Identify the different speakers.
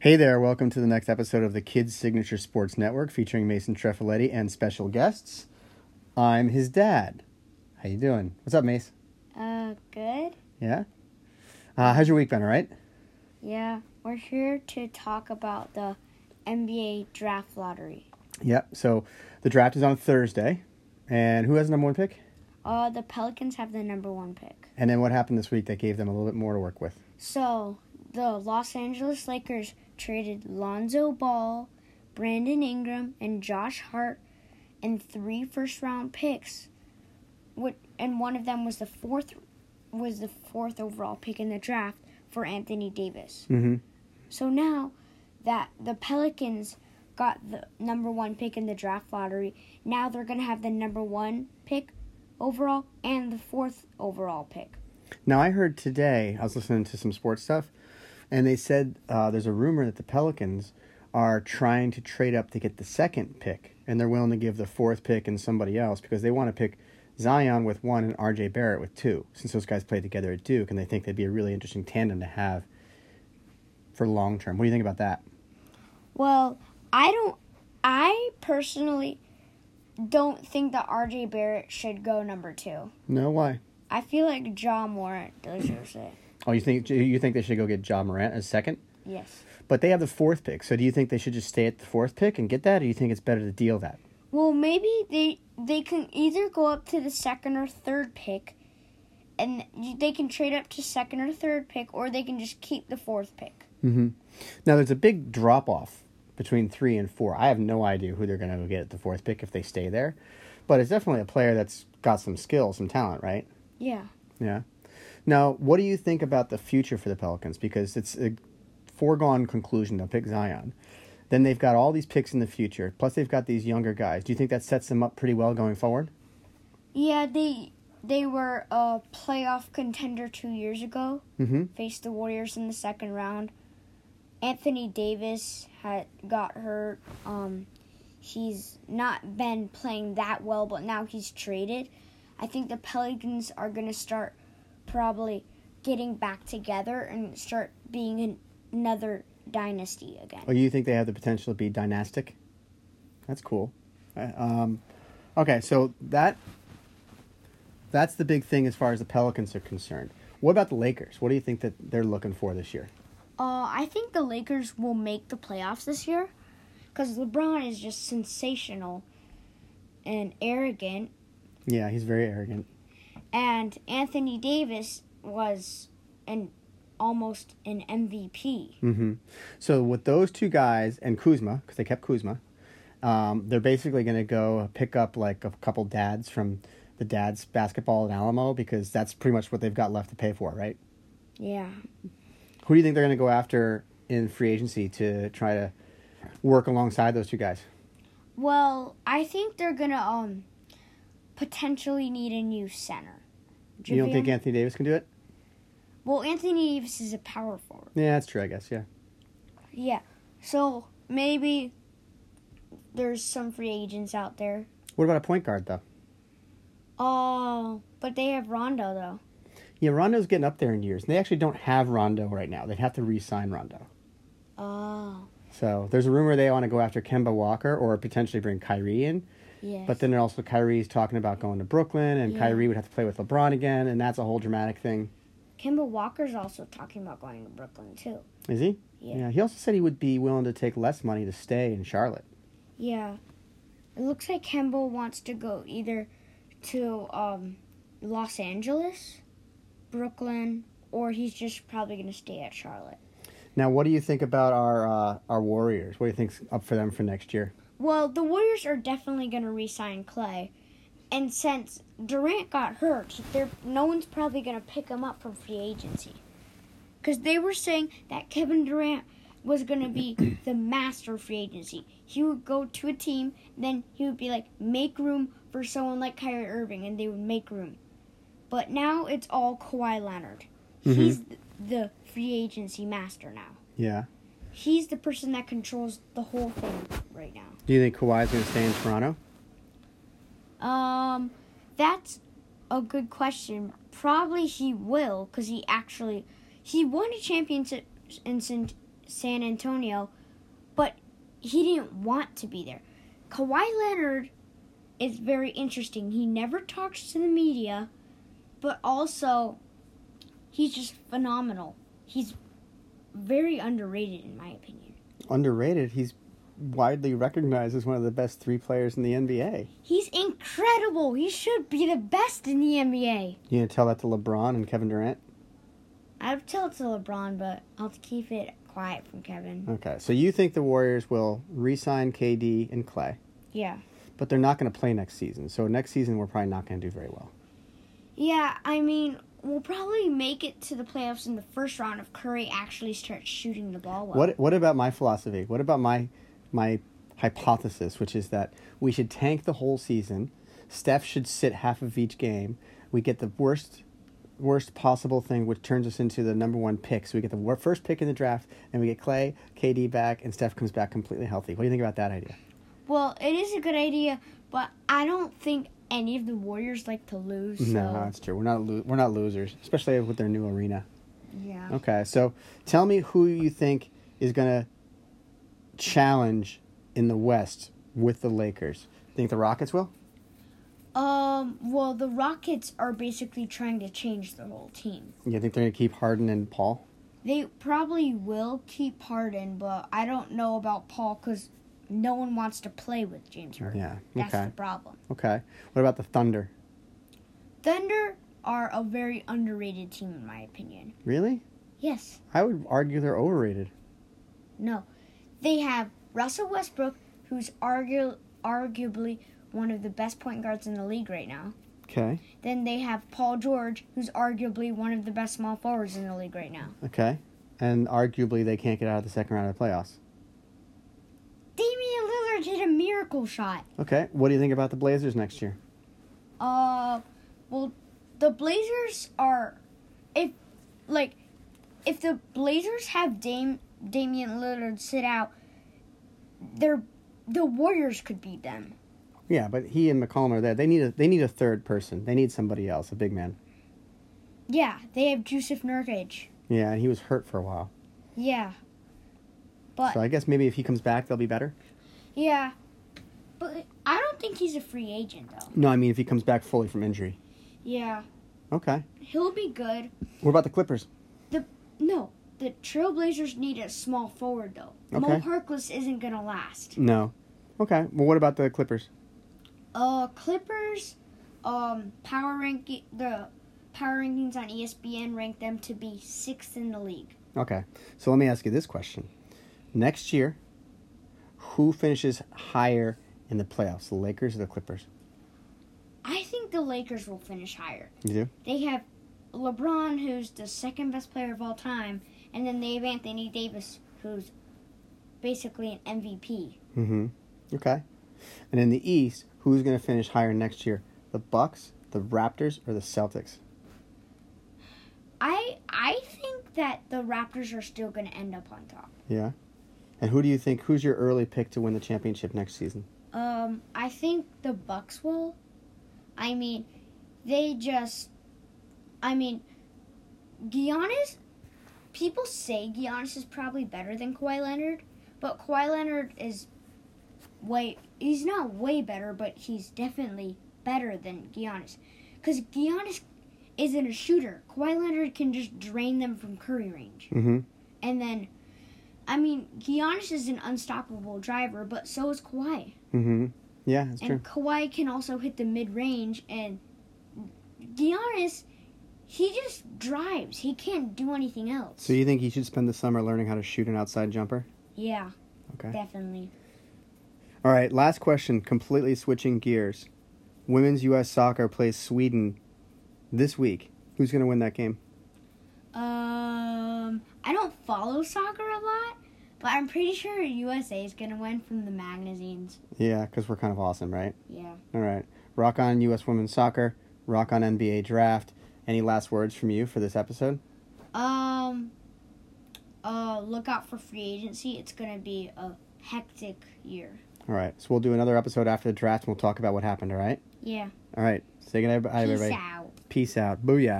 Speaker 1: Hey there, welcome to the next episode of the Kids Signature Sports Network featuring Mason Trefaletti and special guests. I'm his dad. How you doing? What's up, Mace?
Speaker 2: Uh, good.
Speaker 1: Yeah? Uh, how's your week been, all right?
Speaker 2: Yeah, we're here to talk about the NBA draft lottery.
Speaker 1: Yep. So the draft is on Thursday. And who has the number one pick?
Speaker 2: Uh, the Pelicans have the number one pick.
Speaker 1: And then what happened this week that gave them a little bit more to work with?
Speaker 2: So the Los Angeles Lakers traded Lonzo Ball, Brandon Ingram, and Josh Hart, and three first round picks. What and one of them was the fourth was the fourth overall pick in the draft for Anthony Davis.
Speaker 1: Mm-hmm.
Speaker 2: So now that the Pelicans got the number one pick in the draft lottery, now they're going to have the number one pick overall and the fourth overall pick.
Speaker 1: Now, I heard today, I was listening to some sports stuff, and they said uh, there's a rumor that the Pelicans are trying to trade up to get the second pick, and they're willing to give the fourth pick and somebody else because they want to pick Zion with one and RJ Barrett with two, since those guys played together at Duke, and they think they'd be a really interesting tandem to have for long term. What do you think about that?
Speaker 2: Well, I don't. I personally don't think that RJ Barrett should go number two.
Speaker 1: No, why?
Speaker 2: I feel like Jaw Morant deserves it.
Speaker 1: Oh, you think you think they should go get John Morant as second?
Speaker 2: Yes.
Speaker 1: But they have the fourth pick, so do you think they should just stay at the fourth pick and get that, or do you think it's better to deal that?
Speaker 2: Well, maybe they they can either go up to the second or third pick, and you- they can trade up to second or third pick, or they can just keep the fourth pick.
Speaker 1: Now there's a big drop off between three and four. I have no idea who they're going to go get at the fourth pick if they stay there, but it's definitely a player that's got some skill, some talent, right?
Speaker 2: Yeah.
Speaker 1: Yeah. Now, what do you think about the future for the Pelicans? Because it's a foregone conclusion they'll pick Zion. Then they've got all these picks in the future. Plus, they've got these younger guys. Do you think that sets them up pretty well going forward?
Speaker 2: Yeah, they they were a playoff contender two years ago.
Speaker 1: Mhm.
Speaker 2: Faced the Warriors in the second round. Anthony Davis had got hurt. Um, he's not been playing that well, but now he's traded. I think the Pelicans are gonna start probably getting back together and start being an, another dynasty again.
Speaker 1: Or do Oh, you think they have the potential to be dynastic? That's cool. Uh, Um, okay, so that that's the big thing as far as the Pelicans are concerned. What about the Lakers? What do you think that they're looking for this year?
Speaker 2: Uh, I think the Lakers will make the playoffs this year because LeBron is just sensational and arrogant,
Speaker 1: Yeah, he's very arrogant.
Speaker 2: and Anthony Davis was an almost an MVP.
Speaker 1: hmm So with those two guys and Kuzma, because they kept Kuzma, um, they're basically going to go pick up like a couple dads from the dads basketball at Alamo because that's pretty much what they've got left to pay for, right?
Speaker 2: Yeah,
Speaker 1: Who do you think they're going to go after in free agency to try to work alongside those two guys?
Speaker 2: Well, I think they're gonna um potentially need a new center.
Speaker 1: You don't think
Speaker 2: JaVale
Speaker 1: Anthony Davis can do it?
Speaker 2: well, Anthony Davis is a power forward.
Speaker 1: Yeah, that's true, I guess. Yeah.
Speaker 2: Yeah, so maybe there's some free agents out there.
Speaker 1: What about a point guard though?
Speaker 2: Oh, but they have Rondo though.
Speaker 1: Yeah, Rondo's getting up there in years, and they actually don't have Rondo right now. They'd have to re-sign Rondo.
Speaker 2: Oh,
Speaker 1: So there's a rumor they want to go after Kemba Walker or potentially bring Kyrie in.
Speaker 2: yes.
Speaker 1: But then also Kyrie's talking about going to Brooklyn, and
Speaker 2: Yeah.
Speaker 1: Kyrie would have to play with LeBron again, and that's a whole dramatic thing.
Speaker 2: Kimball Walker's also talking about going to Brooklyn too.
Speaker 1: Is he?
Speaker 2: Yeah.
Speaker 1: He also said he would be willing to take less money to stay in Charlotte.
Speaker 2: Yeah, it looks like Kimball wants to go either to um, Los Angeles, Brooklyn, or he's just probably going to stay at Charlotte.
Speaker 1: Now, what do you think about our uh, our Warriors? What do you think's up for them for next year?
Speaker 2: Well, the Warriors are definitely going to re-sign Clay, and since Durant got hurt, they're no one's probably going to pick him up from free agency, because they were saying that Kevin Durant was going to be the master of free agency. He would go to a team, then he would be like, make room for someone like Kyrie Irving, and they would make room. But now it's all Kawhi Leonard. He's th- the free agency master now.
Speaker 1: Yeah.
Speaker 2: He's the person that controls the whole thing right now.
Speaker 1: Do you think Kawhi's going to stay in Toronto?
Speaker 2: Um, that's a good question. Probably he will, because he actually he won a championship in San, San Antonio, but he didn't want to be there. Kawhi Leonard is very interesting. He never talks to the media, but also he's just phenomenal. He's very underrated in my opinion.
Speaker 1: Underrated. He's widely recognized as one of the best three players in the NBA.
Speaker 2: He's incredible. He should be the best in the NBA.
Speaker 1: You gonna tell that to LeBron and Kevin Durant?
Speaker 2: I'd tell it to LeBron, but I'll keep it quiet from Kevin.
Speaker 1: Okay, so you think the Warriors will re-sign KD and Clay,
Speaker 2: Yeah.
Speaker 1: but they're not going to play next season. So next season we're probably not going to do very well.
Speaker 2: Yeah, I mean, we'll probably make it to the playoffs in the first round if Curry actually starts shooting the ball well.
Speaker 1: What What about my philosophy? What about my my hypothesis, which is that we should tank the whole season. Steph should sit half of each game. We get the worst worst possible thing, which turns us into the number one pick. So we get the wor- first pick in the draft, and we get Clay, KD back, and Steph comes back completely healthy. What do you think about that idea?
Speaker 2: Well, it is a good idea, but I don't think any of the Warriors like to lose.
Speaker 1: No,
Speaker 2: so-
Speaker 1: that's true. We're not lo- we're not losers, especially with their new arena.
Speaker 2: Yeah.
Speaker 1: Okay, so tell me who you think is going to challenge in the West with the Lakers. Think the Rockets will?
Speaker 2: Um. Well, the Rockets are basically trying to change their whole team.
Speaker 1: You think they're going to keep Harden and Paul?
Speaker 2: They probably will keep Harden, but I don't know about Paul because no one wants to play with James Harden.
Speaker 1: Yeah,
Speaker 2: That's
Speaker 1: okay.
Speaker 2: the problem.
Speaker 1: Okay. What about the Thunder?
Speaker 2: Thunder are a very underrated team in my opinion.
Speaker 1: Really?
Speaker 2: Yes.
Speaker 1: I would argue they're overrated.
Speaker 2: No. They have Russell Westbrook, who's argu- arguably one of the best point guards in the league right now.
Speaker 1: Okay.
Speaker 2: Then they have Paul George, who's arguably one of the best small forwards in the league right now.
Speaker 1: Okay. And arguably they can't get out of the second round of the playoffs.
Speaker 2: Damian Lillard hit a miracle shot.
Speaker 1: Okay. What do you think about the Blazers next year?
Speaker 2: Uh, well, the Blazers are, if like, if the Blazers have Dame Damian Lillard sit out, they're the Warriors could beat them.
Speaker 1: Yeah, but he and McCollum are there. They need a they need a third person. They need somebody else, a big man.
Speaker 2: Yeah, they have Joseph Nurkic.
Speaker 1: Yeah, and he was hurt for a while.
Speaker 2: Yeah, but
Speaker 1: So I guess maybe if he comes back, they'll be better.
Speaker 2: yeah, but I don't think he's a free agent though.
Speaker 1: No, I mean if he comes back fully from injury.
Speaker 2: Yeah,
Speaker 1: Okay.
Speaker 2: he'll be good.
Speaker 1: What about the Clippers?
Speaker 2: The no, the Trailblazers need a small forward though. Mo
Speaker 1: Okay.
Speaker 2: Harkless isn't gonna last.
Speaker 1: No. Okay. Well, what about the Clippers?
Speaker 2: Uh, Clippers, um, power ranking the power rankings on E ESPN rank them to be sixth in the league.
Speaker 1: Okay. So let me ask you this question. Next year, who finishes higher in the playoffs, the Lakers or the Clippers?
Speaker 2: I think the Lakers will finish higher.
Speaker 1: You do?
Speaker 2: They have LeBron, who's the second best player of all time, and then they have Anthony Davis, who's basically an MVP.
Speaker 1: Mm hmm. Okay. And in the East, who's going to finish higher next year? The Bucks, the Raptors, or the Celtics?
Speaker 2: I I think that the Raptors are still going to end up on top.
Speaker 1: Yeah. And who do you think, who's your early pick to win the championship next season?
Speaker 2: Um, I think the Bucks will. I mean, they just. I mean, Giannis. People say Giannis is probably better than Kawhi Leonard, but Kawhi Leonard is way. He's not way better, but he's definitely better than Giannis, because Giannis isn't a shooter. Kawhi Leonard can just drain them from Curry range.
Speaker 1: Mm hmm.
Speaker 2: And then, I mean, Giannis is an unstoppable driver, but so is Kawhi.
Speaker 1: Mm hmm. Yeah, that's true.
Speaker 2: And Kawhi can also hit the mid range. And Giannis, he just drives. He can't do anything else.
Speaker 1: So you think you should spend the summer learning how to shoot an outside jumper?
Speaker 2: yeah,
Speaker 1: Okay.
Speaker 2: definitely.
Speaker 1: All right, last question, completely switching gears. Women's US soccer plays Sweden this week. Who's going to win that game?
Speaker 2: Um, I don't follow soccer a lot, but I'm pretty sure USA is gonna win from the magazines.
Speaker 1: Yeah, cuz we're kind of awesome, right?
Speaker 2: Yeah.
Speaker 1: All right. Rock on US women's soccer, rock on NBA draft. Any last words from you for this episode?
Speaker 2: Um. Uh, look out for free agency. It's gonna be a hectic year.
Speaker 1: All right. So we'll do another episode after the draft and we'll talk about what happened, all right?
Speaker 2: Yeah.
Speaker 1: All right. Say goodnight,
Speaker 2: Peace
Speaker 1: everybody.
Speaker 2: out.
Speaker 1: Peace out. Booyah.